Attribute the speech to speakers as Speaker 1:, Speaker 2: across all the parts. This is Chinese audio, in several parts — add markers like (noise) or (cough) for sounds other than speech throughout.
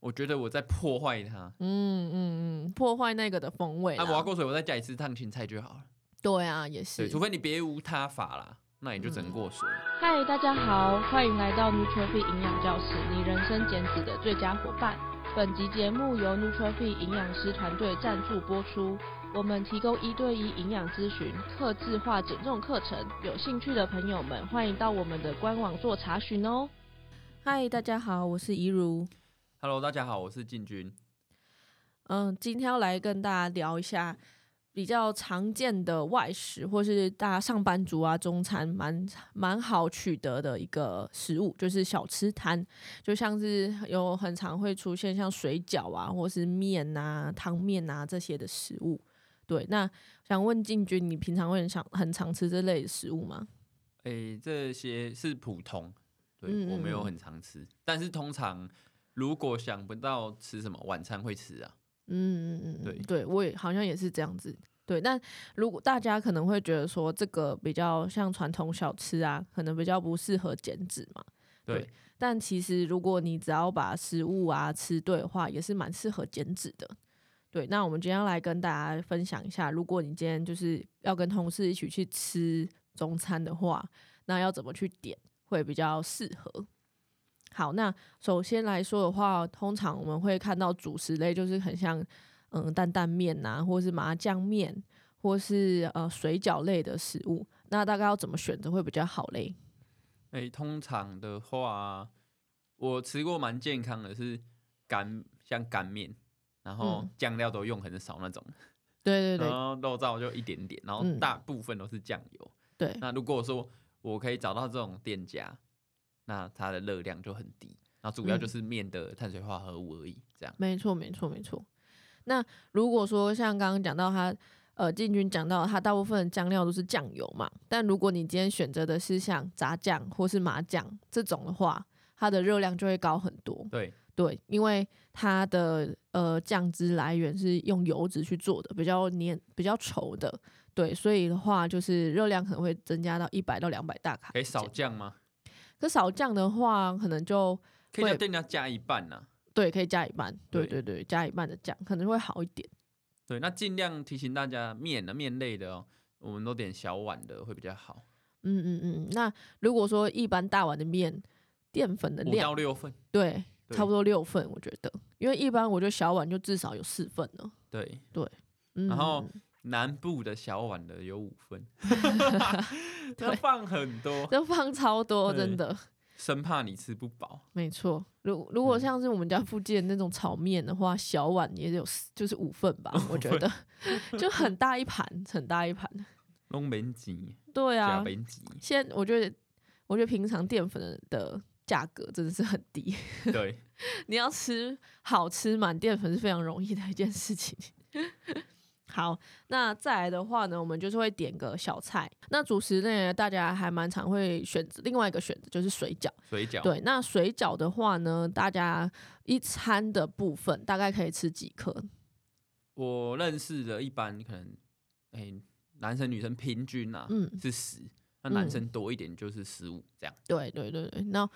Speaker 1: 我觉得我在破坏它。
Speaker 2: 嗯嗯嗯，破坏那个的风味
Speaker 1: 啊，
Speaker 2: 啦。
Speaker 1: 我要过水，我再加一次烫青菜就好了。
Speaker 2: 对啊，也
Speaker 1: 对，
Speaker 2: 是。嗯
Speaker 1: 除非你别无他法啦，那你就只能过水。
Speaker 3: 嗨，大家好，欢迎来到 n u t r a f e e 营养教室，你人生减脂的最佳伙伴。本集节目由 n u t r a f e e 营养师团队赞助播出。我们提供一对一营养咨询、客制化减重课程，有兴趣的朋友们欢迎到我们的官网做查询哦。
Speaker 2: 嗨，大家好，我是怡如。
Speaker 1: Hello，大家好，我是进军。
Speaker 2: 嗯，今天要来跟大家聊一下比较常见的外食，或是大家上班族啊中餐蛮蛮好取得的一个食物，就是小吃摊，就像是有很常会出现像水饺啊，或是面啊、汤面啊这些的食物。对，那想问进军，你平常会很常很常吃这类的食物吗？
Speaker 1: 诶、这些是普通，对
Speaker 2: 嗯
Speaker 1: 我没有
Speaker 2: 嗯嗯
Speaker 1: 很常吃，但是通常如果想不到吃什么，晚餐会吃啊。
Speaker 2: 嗯嗯嗯，
Speaker 1: 对
Speaker 2: 嗯对我也好像也是这样子。对，那如果大家可能会觉得说这个比较像传统小吃啊，可能比较不适合减脂嘛。
Speaker 1: 对，
Speaker 2: 对但其实如果你只要把食物啊吃对的话，也是蛮适合减脂的。对，那我们今天要来跟大家分享一下，如果你今天就是要跟同事一起去吃中餐的话，那要怎么去点会比较适合？好，那首先来说的话，通常我们会看到主食类就是很像嗯担担面呐，或是麻酱面，或是呃水饺类的食物。那大概要怎么选择会比较好嘞？
Speaker 1: 诶、通常的话，我吃过蛮健康的是干像干面，然后
Speaker 2: 嗯
Speaker 1: 酱料都用很少那种，
Speaker 2: 对对
Speaker 1: 然
Speaker 2: 对
Speaker 1: 后肉燥就一点点，然后
Speaker 2: 嗯
Speaker 1: 大部分都是酱油。
Speaker 2: (laughs) 对，
Speaker 1: 那如果说我可以找到这种店家，那它的热量就很低，然后主要就是面的碳水化合物而已，这样。
Speaker 2: 没错，没错，没错。那如果说像刚刚讲到他，呃，进军讲到他大部分的酱料都是酱油嘛，但如果你今天选择的是像炸酱或是麻酱这种的话，它的热量就会高很多。
Speaker 1: 对，
Speaker 2: 对，因为它的呃酱汁来源是用油脂去做的，比较黏、比较稠的。对，所以的话就是热量可能会增加到一百到两百大卡。
Speaker 1: 可以少，酱吗？
Speaker 2: 可少酱的话，可能就
Speaker 1: 可以叫
Speaker 2: (laughs) 会
Speaker 1: 店家加一半啊呐、
Speaker 2: 对可以加一半。对
Speaker 1: 对
Speaker 2: 对对，加一半的酱可能会好一点。
Speaker 1: 对，那尽量提醒大家面的面类的哦，我们都点小碗的会比较好，
Speaker 2: 嗯嗯嗯，那如果说一般大碗的面，淀粉的
Speaker 1: 五到
Speaker 2: 量
Speaker 1: 六份。
Speaker 2: 对，
Speaker 1: 对
Speaker 2: 差不多六份，我觉得，因为一般我觉得小碗就至少有四份了。
Speaker 1: 对，
Speaker 2: 嗯，
Speaker 1: 然后南部的小碗的有五
Speaker 2: (laughs)
Speaker 1: 份，它放很多，
Speaker 2: 这放超多，
Speaker 1: 对
Speaker 2: 真的，
Speaker 1: 生怕你吃不饱。
Speaker 2: 没错。如如果
Speaker 1: 嗯
Speaker 2: 像是我们家附近的那种炒面的话，小碗也有四就是五份吧，我觉得 (laughs) 就很大一盘，很大一盘。
Speaker 1: 弄门急，
Speaker 2: 对
Speaker 1: 加
Speaker 2: 啊，
Speaker 1: 门急，
Speaker 2: 现在我觉得，我觉得平常淀粉的的价格真的是很低，
Speaker 1: 对，
Speaker 2: 你要吃好吃满淀粉是非常容易的一件事情。 (laughs) 好，那再来的话呢，我们就是会点个小菜。那主食类呢，大家还蛮常会选择另外一个选择就是水饺。
Speaker 1: 水饺，
Speaker 2: 对，那水饺的话呢，大家一餐的部分大概可以吃几颗？
Speaker 1: 我认识的一般可能，哎、男生女生平均啊、
Speaker 2: 嗯，
Speaker 1: 是十，那
Speaker 2: 嗯
Speaker 1: 男生多一点就是十五这样，
Speaker 2: 对对对对。那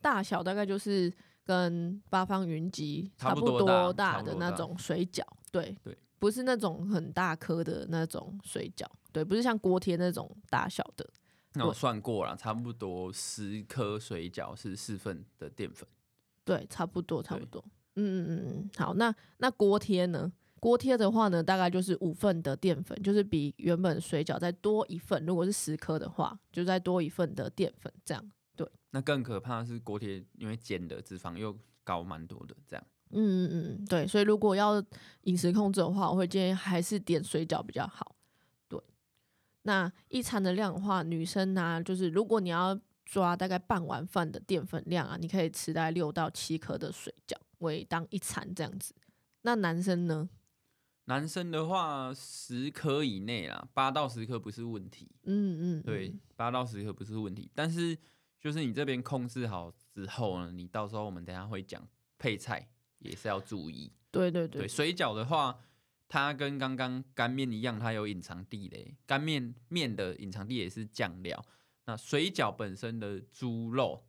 Speaker 2: 大小大概就是跟八方云集
Speaker 1: 差
Speaker 2: 差
Speaker 1: 不
Speaker 2: 不
Speaker 1: 多
Speaker 2: 多
Speaker 1: 大差
Speaker 2: 的
Speaker 1: 不多
Speaker 2: 那
Speaker 1: 大
Speaker 2: 种水饺，对
Speaker 1: 对，
Speaker 2: 不是那种很大颗的那种水饺，对，不是像锅贴那种大小的。
Speaker 1: 那我
Speaker 2: 对
Speaker 1: 算过了，差不多十颗水饺是四份的淀粉，
Speaker 2: 对，差不多，差不
Speaker 1: 对
Speaker 2: 多。嗯嗯嗯嗯，好，那那锅贴呢？锅贴的话呢，大概就是五份的淀粉，就是比原本水饺再多一份。如果是十颗的话，就再多一份的淀粉，这样。
Speaker 1: 那更可怕的是锅贴，因为煎的脂肪又高蛮多的，这样
Speaker 2: 嗯嗯嗯，对。所以如果要饮食控制的话，我会建议还是点水饺比较好。对，那一餐的量的话，女生呢、啊就是如果你要抓大概半碗饭的淀粉量啊，你可以吃大概六到七颗的水饺为当一餐这样子。那男生呢？
Speaker 1: 男生的话十颗以内啦，八到十颗不是问题，
Speaker 2: 嗯嗯，
Speaker 1: 对
Speaker 2: 嗯，
Speaker 1: 八到十颗不是问题，但是就是你这边控制好之后呢，你到时候我们等一下会讲配菜也是要注意。
Speaker 2: 对对
Speaker 1: 对，
Speaker 2: 对，
Speaker 1: 水饺的话，它跟刚刚干面一样，它有隐藏地雷。干面面的隐藏地雷是酱料，那水饺本身的猪肉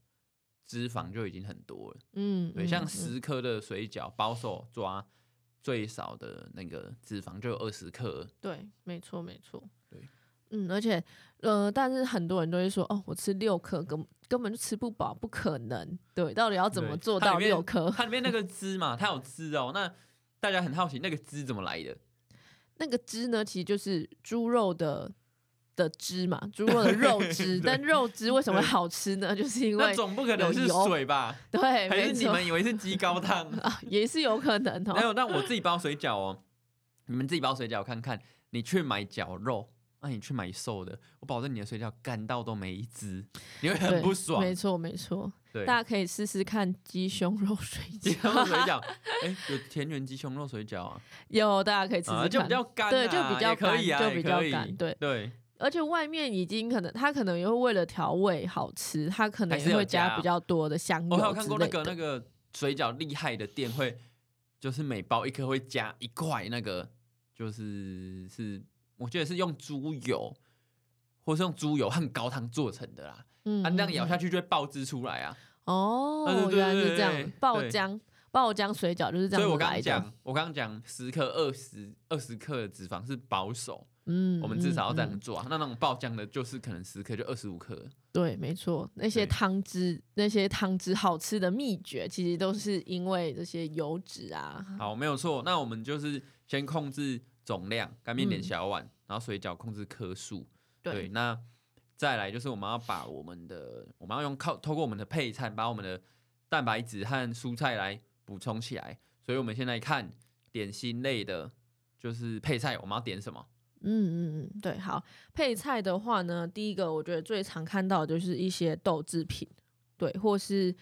Speaker 1: 脂肪就已经很多了。
Speaker 2: 嗯，
Speaker 1: 对，
Speaker 2: 嗯
Speaker 1: 像
Speaker 2: 嗯
Speaker 1: 十克的水饺，保守抓最少的那个脂肪就有二十克。
Speaker 2: 对，没错，没错。
Speaker 1: 对，
Speaker 2: 嗯，而且呃，但是很多人都会说，哦，我吃六颗根根本就吃不饱，不可能。对，到底要怎
Speaker 1: 对
Speaker 2: 么做
Speaker 1: 它里
Speaker 2: 到
Speaker 1: 面
Speaker 2: 六颗？
Speaker 1: 它里面那个汁嘛，它有汁哦。那大家很好奇那个汁怎么来的？
Speaker 2: 那个汁呢，其实就是猪肉的。的汁嘛，猪肉的肉
Speaker 1: (laughs)
Speaker 2: 汁，但肉汁为什么会好吃呢？ (laughs) 就是因
Speaker 1: 那
Speaker 2: 为
Speaker 1: 总不可能是
Speaker 2: 有油
Speaker 1: 水
Speaker 2: (laughs)
Speaker 1: 吧？(laughs)
Speaker 2: 对，
Speaker 1: 还
Speaker 2: 没
Speaker 1: 是你
Speaker 2: 错
Speaker 1: 们以为是鸡高汤？
Speaker 2: 啊，也是有可能
Speaker 1: 没
Speaker 2: 哦。
Speaker 1: 有，但我自己包水饺哦。你们自己包水饺看看，你去买绞肉，那、你去买瘦的，我保证你的水饺干到都没一只，你会很
Speaker 2: 对
Speaker 1: 不爽。
Speaker 2: 没错，没错，
Speaker 1: 对，
Speaker 2: 大家可以试试看鸡胸肉水
Speaker 1: 鸡 (laughs) 胸肉水饺，
Speaker 2: 饺，
Speaker 1: 哎、有田园鸡胸肉水饺啊，
Speaker 2: 有大家可以试试
Speaker 1: 啊
Speaker 2: 看，
Speaker 1: 就比较干、啊，
Speaker 2: 对就比较
Speaker 1: 也可以啊，
Speaker 2: 干就
Speaker 1: 也
Speaker 2: 比较
Speaker 1: 可以
Speaker 2: 干对
Speaker 1: 对，
Speaker 2: 而且外面已经可能他可能也会为了调味好吃，他可能
Speaker 1: 还
Speaker 2: 也
Speaker 1: 是有
Speaker 2: 会
Speaker 1: 加哦
Speaker 2: 加比较多的香
Speaker 1: 我还有
Speaker 2: 油
Speaker 1: 看
Speaker 2: 之
Speaker 1: 过那
Speaker 2: 类
Speaker 1: 个
Speaker 2: 的。
Speaker 1: 那个水饺厉害的店会，就是每包一颗会加一块那个，就是是我记得是用猪油，或是用猪油和高汤做成的啦，
Speaker 2: 嗯
Speaker 1: 啊，那样
Speaker 2: 嗯
Speaker 1: 咬下
Speaker 2: 嗯
Speaker 1: 去就会爆汁出来啊。啊对
Speaker 2: 哦，
Speaker 1: 对
Speaker 2: 原来是
Speaker 1: 对
Speaker 2: 这
Speaker 1: 对
Speaker 2: 样，爆
Speaker 1: 对
Speaker 2: 浆爆浆水饺就是这
Speaker 1: 所以
Speaker 2: 样
Speaker 1: 我
Speaker 2: 子
Speaker 1: 刚刚
Speaker 2: 来的。
Speaker 1: 讲，我刚刚讲十克、二十、二十克的脂肪是保守，
Speaker 2: 嗯
Speaker 1: 我们至少要这
Speaker 2: 嗯
Speaker 1: 样
Speaker 2: 嗯
Speaker 1: 抓。那那种爆浆的，就是可能十克就二十五克。
Speaker 2: 对，没错，那些
Speaker 1: 对
Speaker 2: 汤汁，那些汤汁好吃的秘诀，其实都是因为这些油脂啊。
Speaker 1: 好，没有错。那我们就是先控制总量，干面点
Speaker 2: 嗯
Speaker 1: 小碗，然后水饺控制颗数。对，
Speaker 2: 对，
Speaker 1: 那再来就是我们要把我们的，我们要用靠透过我们的配餐，把我们的蛋白质和蔬菜来补充起来。所以我们现在看点心类的，就是配菜，我们要点什么？
Speaker 2: 嗯嗯嗯，对，好。配菜的话呢，第一个我觉得最常看到的就是一些豆制品，对，或是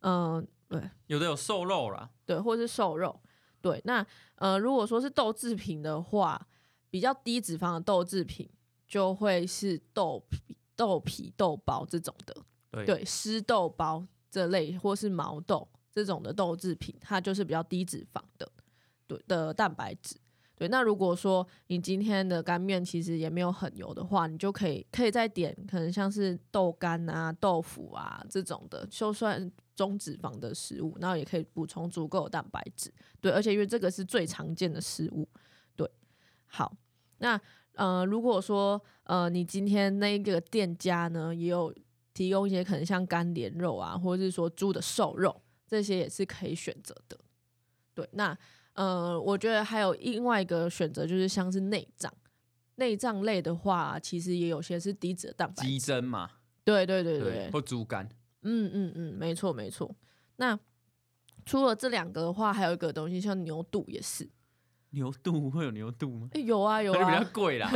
Speaker 2: 嗯、对，
Speaker 1: 有的有瘦肉啦，
Speaker 2: 对，或是瘦肉。对，那呃，如果说是豆制品的话，比较低脂肪的豆制品就会是豆皮、豆皮、豆包这种的，
Speaker 1: 对
Speaker 2: 对，湿豆包这类或是毛豆这种的豆制品，它就是比较低脂肪的，对的蛋白质。对，那如果说你今天的干面其实也没有很油的话，你就可以可以再点可能像是豆干啊、豆腐啊这种的，就算中脂肪的食物，然后也可以补充足够的蛋白质。对，而且因为这个是最常见的食物，对。好，那呃，如果说呃你今天那一个店家呢也有提供一些可能像干莲肉啊，或者是说猪的瘦肉，这些也是可以选择的。对，那呃，我觉得还有另外一个选择就是像是内脏，内脏类的话，其实也有些是低脂的蛋白质。
Speaker 1: 鸡胗嘛，
Speaker 2: 对对对对
Speaker 1: 或猪肝，
Speaker 2: 嗯嗯嗯，没错没错。那除了这两个的话，还有一个东西像牛肚也是，
Speaker 1: 牛肚会有牛肚吗？
Speaker 2: 诶有啊有
Speaker 1: 那就比
Speaker 2: 啊 (laughs)
Speaker 1: 较，贵啦，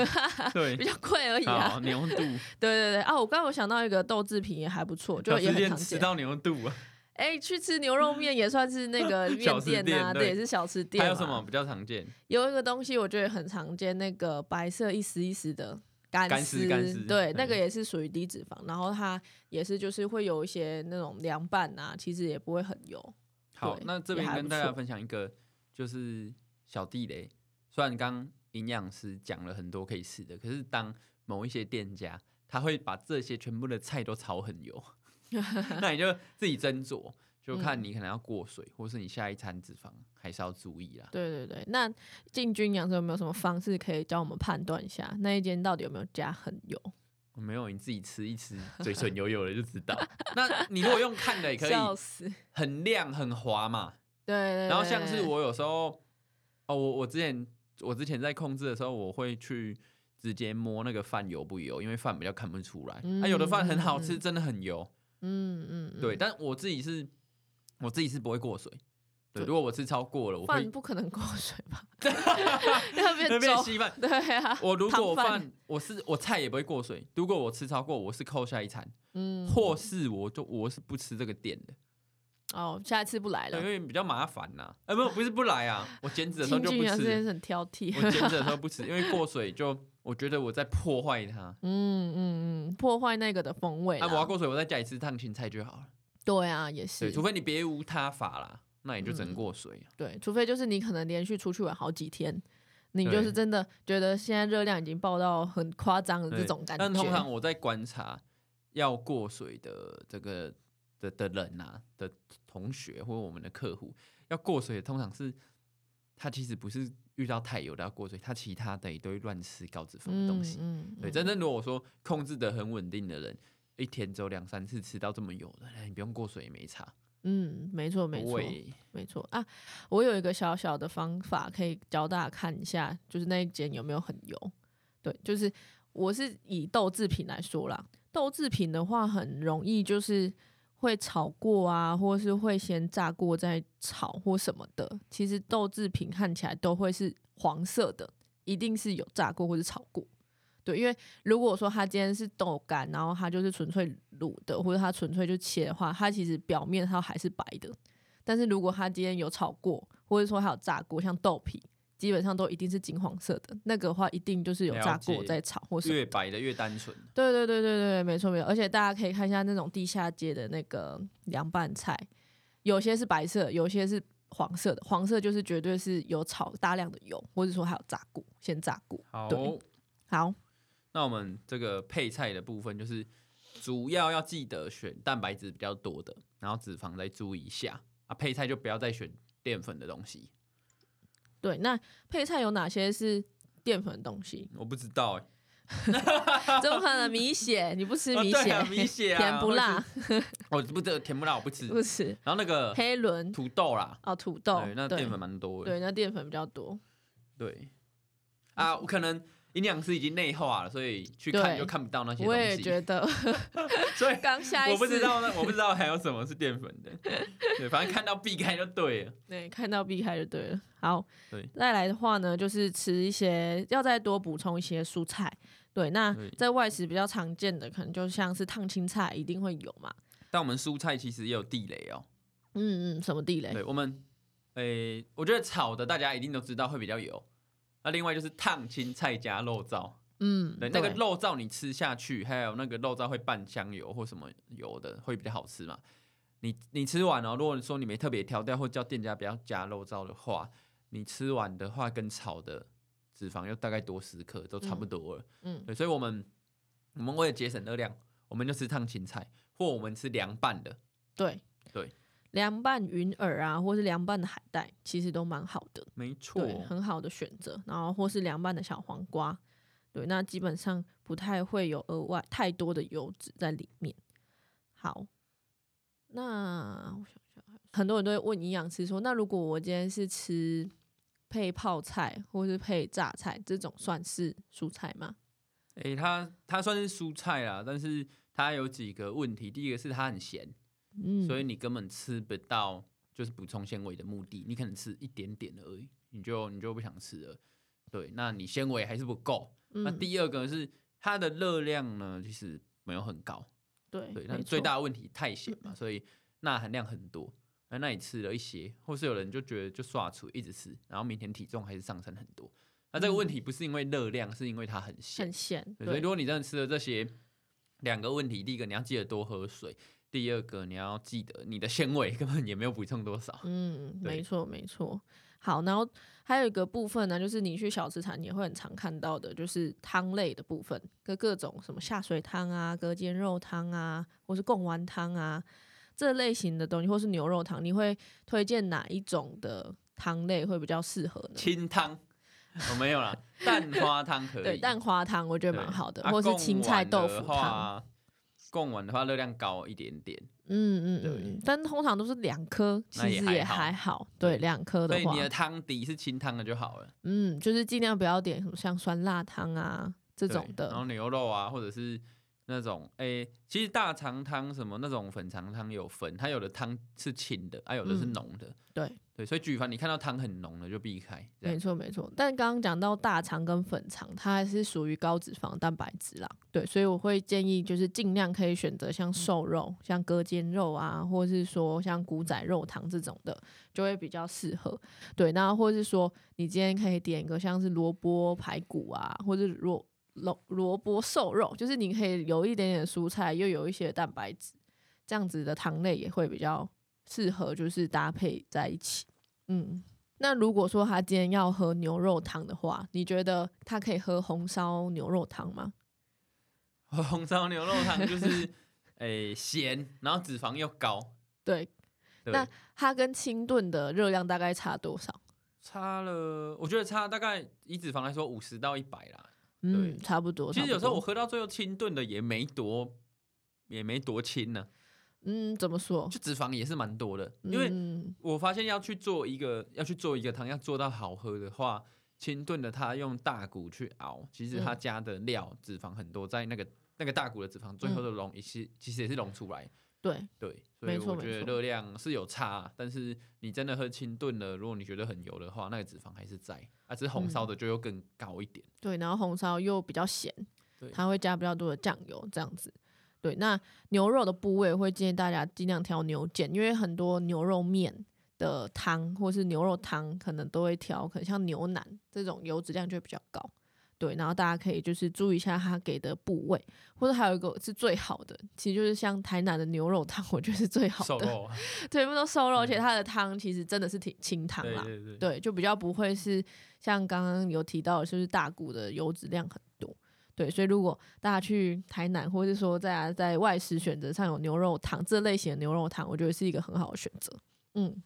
Speaker 1: 对
Speaker 2: 比，较贵而已
Speaker 1: 好
Speaker 2: 啊。
Speaker 1: 牛
Speaker 2: (laughs)
Speaker 1: 肚，
Speaker 2: 对对对啊，我刚刚有想到一个豆制品也还不错，就
Speaker 1: 小
Speaker 2: 也
Speaker 1: 吃
Speaker 2: 很
Speaker 1: 店
Speaker 2: 常
Speaker 1: 吃
Speaker 2: 见。
Speaker 1: 到牛肚啊，
Speaker 2: 哎、去吃牛肉面也算是那
Speaker 1: (laughs)
Speaker 2: 个
Speaker 1: 小
Speaker 2: 面
Speaker 1: 吃
Speaker 2: 店
Speaker 1: 店
Speaker 2: 呐、啊，
Speaker 1: 对
Speaker 2: 对，也是小吃店。
Speaker 1: 还有什么？比较常见？
Speaker 2: 有一个东西我觉得很常见，那个白色一丝一丝的干
Speaker 1: 干丝
Speaker 2: 丝，
Speaker 1: 干丝对，
Speaker 2: 对那个也是属于低脂肪，然后它也是就是会有一些那种凉拌啊，其实也不会很油。
Speaker 1: 好，
Speaker 2: 对
Speaker 1: 那这
Speaker 2: 也
Speaker 1: 边
Speaker 2: 还
Speaker 1: 跟
Speaker 2: 不
Speaker 1: 大家
Speaker 2: 错
Speaker 1: 分享一个，就是小地雷。虽然刚营养师讲了很多可以吃的，可是当某一些店家他会把这些全部的菜都炒很
Speaker 2: (laughs)
Speaker 1: 油，那你就自己斟酌，就看
Speaker 2: 嗯
Speaker 1: 你可能要过水，或是你下一餐脂肪还是要注意啦。
Speaker 2: 对对对，那进军养生有没有什么方式可以教我们判断一下那一间到底有没有加很油？
Speaker 1: 没有，你自己吃一吃，嘴唇油油的就知道。那你如果用看的也可以，
Speaker 2: 笑死！
Speaker 1: 很亮很滑嘛，
Speaker 2: 对对对
Speaker 1: 然后像是我有时候，哦，我我之前我之前在控制的时候，我会去直接摸那个饭油不油，因为饭比较看不出来。那、有的饭很好吃，
Speaker 2: 嗯
Speaker 1: 真的很油，
Speaker 2: 嗯嗯嗯
Speaker 1: 对。但我自己是，我自己是不会过水。对，
Speaker 2: 对
Speaker 1: 如果我吃超过了，我
Speaker 2: 饭
Speaker 1: 会
Speaker 2: 不可能过水
Speaker 1: (laughs)
Speaker 2: 吧？要变
Speaker 1: 那边
Speaker 2: 粥。
Speaker 1: 稀饭。
Speaker 2: 对啊，
Speaker 1: 我如果
Speaker 2: 汤饭
Speaker 1: 饭我是我菜也不会过水，如果我吃超过，我是扣下一餐，
Speaker 2: 嗯
Speaker 1: 或是我就我是不吃这个店的，
Speaker 2: 哦，下一次不来
Speaker 1: 对，因
Speaker 2: 了。
Speaker 1: 为比较麻烦呐、哎，没有，不是不来
Speaker 2: (laughs)
Speaker 1: 啊，我减脂的时候
Speaker 2: 进
Speaker 1: 就不
Speaker 2: 军养
Speaker 1: 吃。
Speaker 2: 生是很挑剔，
Speaker 1: 我兼着都不吃，因为过水就我觉得我在破坏它。
Speaker 2: (laughs) 嗯嗯嗯，破坏那个的风味
Speaker 1: 啊，
Speaker 2: 啦。
Speaker 1: 我要过水，我在家里吃烫青菜就好了。
Speaker 2: 对啊，也
Speaker 1: 对，
Speaker 2: 是
Speaker 1: 除非你别无他法啦，那你就只能
Speaker 2: 嗯
Speaker 1: 过水啊。
Speaker 2: 对，除非就是你可能连续出去玩好几天，你就是
Speaker 1: 对
Speaker 2: 真的觉得现在热量已经爆到很夸张的
Speaker 1: 对
Speaker 2: 这种感觉。嗯
Speaker 1: 但通常我在观察要过水的这个的的人呐、的同学或我们的客户要过水，通常是他其实不是遇到太油的要过水，他其他的也都会乱吃高脂肪的东西。
Speaker 2: 嗯
Speaker 1: 对，真正如果说控制的很稳定的人，一天只有两三次吃到这么油的，哎你不用过水也没差。
Speaker 2: 嗯，没错没错
Speaker 1: 喂
Speaker 2: 没错啊！我有一个小小的方法可以教大家看一下，就是那一间有没有很油。对，就是我是以豆制品来说啦，豆制品的话很容易就是会炒过啊，或是会先炸过再炒或什么的。其实豆制品看起来都会是黄色的，一定是有炸过或是炒过。对，因为如果说它今天是豆干，然后它就是纯粹卤的，或者它纯粹就切的话，它其实表面它还是白的。但是如果它今天有炒过，或者说它有炸过，像豆皮，基本上都一定是金黄色的。那个的话，一定就是有炸
Speaker 1: 了
Speaker 2: 过
Speaker 1: 解
Speaker 2: 再炒或什么
Speaker 1: 越白的越单纯，
Speaker 2: 对对对对对，没错没错。而且大家可以看一下那种地下街的那个凉拌菜，有些是白色，有些是黄色的。黄色就是绝对是有炒大量的油，或者说还有炸过，先炸过。
Speaker 1: 好
Speaker 2: 对好，
Speaker 1: 那我们这个配菜的部分，就是主要要记得选蛋白质比较多的，然后脂肪再注意一下啊。配菜就不要再选淀粉的东西。
Speaker 2: 对，那配菜有哪些是淀粉的东西？
Speaker 1: 我不知道哎、
Speaker 2: 怎么可能米血？你不吃
Speaker 1: 啊
Speaker 2: 米
Speaker 1: 对
Speaker 2: 血？
Speaker 1: 啊米血啊
Speaker 2: (laughs) 甜不辣，
Speaker 1: 我不这甜不辣我不吃，
Speaker 2: 不吃。
Speaker 1: 然后那个
Speaker 2: 黑轮
Speaker 1: 土豆啦，
Speaker 2: 哦，土豆
Speaker 1: 对，，那
Speaker 2: 对
Speaker 1: 淀粉蛮多的，
Speaker 2: 对，那淀粉比较多。嗯
Speaker 1: 对啊，我可能营养师已经内化了，所以去看
Speaker 2: 对
Speaker 1: 就看不到那些
Speaker 2: 我也
Speaker 1: 东
Speaker 2: 觉
Speaker 1: 西，
Speaker 2: 得，
Speaker 1: (laughs)
Speaker 2: (laughs)
Speaker 1: 所以
Speaker 2: 刚下一
Speaker 1: 我不
Speaker 2: 次
Speaker 1: 知道呢，我不知道还有什么是淀粉的， (laughs) 对，反正看到避开就对了。
Speaker 2: 对，看到避开就对了。好，
Speaker 1: 对
Speaker 2: 再来的话呢，就是吃一些，要再多补充一些蔬菜。对，那
Speaker 1: 对
Speaker 2: 在外食比较常见的，可能就像是烫青菜，一定会有嘛。
Speaker 1: 但我们蔬菜其实也有地雷哦，
Speaker 2: 嗯嗯，什么地雷？
Speaker 1: 对我们，诶、我觉得炒的大家一定都知道会比较油。那另外就是烫青菜加肉燥，
Speaker 2: 嗯，
Speaker 1: 对，那个肉燥你吃下去，还有那个肉燥会拌香油或什么油的，会比较好吃嘛。你你吃完哦，如果说你没特别调掉或叫店家不要加肉燥的话，你吃完的话跟炒的脂肪又大概多十克，都差不多了。
Speaker 2: 嗯
Speaker 1: 对，所以我们我们为了节省热量，我们就吃烫青菜，或我们吃凉拌的，
Speaker 2: 对
Speaker 1: 对，
Speaker 2: 凉拌云耳啊，或是凉拌的海带，其实都蛮好的，
Speaker 1: 没错，
Speaker 2: 对，很好的选择。然后或是凉拌的小黄瓜，对，那基本上不太会有额外太多的油脂在里面。好，那我想想，很多人都会问营养师说，那如果我今天是吃配泡菜或是配榨菜，这种算是蔬菜吗？
Speaker 1: 诶、它它算是蔬菜啦，但是它有几个问题。第一个是它很咸，
Speaker 2: 嗯，
Speaker 1: 所以你根本吃不到就是补充纤维的目的，你可能吃一点点而已，你就你就不想吃了。对，那你纤维还是不够。那
Speaker 2: 嗯
Speaker 1: 第二个是它的热量呢，其实没有很高。
Speaker 2: 对
Speaker 1: 对，那
Speaker 2: 没
Speaker 1: 最
Speaker 2: 错嗯
Speaker 1: 大的问题太咸嘛，所以钠含量很多。那那你吃了一些，或是有人就觉得就刷出一直吃，然后明天体重还是上升很多。那这个
Speaker 2: 嗯
Speaker 1: 问题不是因为热量，是因为它很咸
Speaker 2: 很。咸，
Speaker 1: 对所以
Speaker 2: 对
Speaker 1: 如果你真的吃了这些两个问题，第一个你要记得多喝水，第二个你要记得你的纤维根本也没有补充多少。
Speaker 2: 嗯，
Speaker 1: 对
Speaker 2: 没错没错。好，然后还有一个部分呢，就是你去小吃摊也会很常看到的，就是汤类的部分，各各种什么下水汤啊、隔间肉汤啊，或是贡丸汤啊这类型的东西，或是牛肉汤，你会推荐哪一种的汤类会比较适合呢？
Speaker 1: 清汤我没有
Speaker 2: (laughs)
Speaker 1: 啦，蛋花汤可以，
Speaker 2: 对，蛋花汤我觉
Speaker 1: 对
Speaker 2: 得蛮好的，
Speaker 1: 啊
Speaker 2: 或是青菜豆腐。
Speaker 1: 贡丸的
Speaker 2: 汤，
Speaker 1: 话贡丸的话热量高一点点，
Speaker 2: 嗯嗯
Speaker 1: 对
Speaker 2: 嗯嗯，但通常都是两颗，
Speaker 1: 那
Speaker 2: 其
Speaker 1: 也
Speaker 2: 实
Speaker 1: 还
Speaker 2: 也
Speaker 1: 好
Speaker 2: 还好，对，两颗
Speaker 1: 所
Speaker 2: 的
Speaker 1: 以
Speaker 2: 话，
Speaker 1: 你的汤底是清汤的就好了。
Speaker 2: 嗯，就是尽量不要点什么像酸辣汤啊这
Speaker 1: 这
Speaker 2: 种
Speaker 1: 然后
Speaker 2: 的。
Speaker 1: 牛肉啊，或者是那种诶、其实大肠汤什么那种粉肠汤有分，它有的汤是清的，啊有的是
Speaker 2: 嗯
Speaker 1: 浓的。
Speaker 2: 对，
Speaker 1: 对，所以举凡你看到汤很浓的就避开。这样
Speaker 2: 没错没错。但刚刚讲到大肠跟粉肠，它还是属于高脂肪的蛋白质啦。对，所以我会建议就是尽量可以选择像瘦肉、像隔间肉啊，或是说像古仔肉汤这种的，就会比较适合。对，那或是说你今天可以点一个像是萝卜排骨啊，或者萝萝萝卜瘦肉，就是你可以有一点点蔬菜，又有一些蛋白质，这样子的汤类也会比较适合，就是搭配在一起。嗯，那如果说他今天要喝牛肉汤的话，你觉得他可以喝红烧牛肉汤吗？
Speaker 1: (laughs) 红烧牛肉汤就是，哎、诶、咸，然后脂肪又高，
Speaker 2: 对，
Speaker 1: 对，
Speaker 2: 那它跟清炖的热量大概差多少？
Speaker 1: 差了，我觉得差大概以脂肪来说五十到一百啦。
Speaker 2: 嗯，差不多。
Speaker 1: 其实
Speaker 2: 差不
Speaker 1: 有时候
Speaker 2: 多
Speaker 1: 我喝到最后清炖的也没多，也没多清呢、
Speaker 2: 嗯，怎么说？
Speaker 1: 就脂肪也是蛮多的，因为
Speaker 2: 嗯
Speaker 1: 我发现要去做一个要去做一个汤，要做到好喝的话，清炖的它用大骨去熬，其实它
Speaker 2: 嗯
Speaker 1: 加的料脂肪很多，在那个那个大骨的脂肪最后
Speaker 2: 嗯
Speaker 1: 的溶，也是、其实也是溶出来。
Speaker 2: 对，
Speaker 1: 对，所以
Speaker 2: 没错
Speaker 1: 我
Speaker 2: 没
Speaker 1: 觉得
Speaker 2: 错
Speaker 1: 热量是有差，但是你真的喝清炖的，如果你觉得很油的话，那个脂肪还是在，啊，只是红
Speaker 2: 嗯
Speaker 1: 烧的就又更高一点。
Speaker 2: 对，然后红烧又比较咸
Speaker 1: 对，
Speaker 2: 它会加比较多的酱油这样子。对，那牛肉的部位会建议大家尽量挑牛腱，因为很多牛肉面的汤或是牛肉汤可能都会挑，可能像牛腩这种油脂量就会比较高。对，然后大家可以就是注意一下它给的部位，或者还有一个是最好的，其实就是像台南的牛肉汤，我觉得是最好
Speaker 1: 瘦
Speaker 2: 的，
Speaker 1: 肉啊，
Speaker 2: 全部都瘦肉，而且
Speaker 1: 嗯
Speaker 2: 它的汤其实真的是挺清汤
Speaker 1: 对
Speaker 2: 啦，
Speaker 1: 对对，
Speaker 2: 对，就比较不会是像刚刚有提到的，就是大骨的油脂量很多。对，所以如果大家去台南，或是说大家在外食选择上有牛肉汤这类型的牛肉汤，我觉得是一个很好的选择。嗯，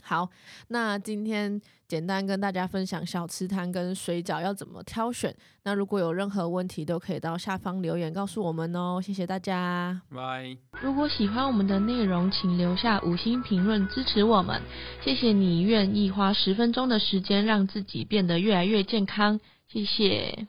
Speaker 2: 好，那今天简单跟大家分享小吃摊跟水饺要怎么挑选。那如果有任何问题，都可以到下方留言告诉我们哦。谢谢大家。
Speaker 1: 拜。
Speaker 3: 如果喜欢我们的内容，请留下五星评论支持我们。谢谢你愿意花十分钟的时间让自己变得越来越健康，谢谢。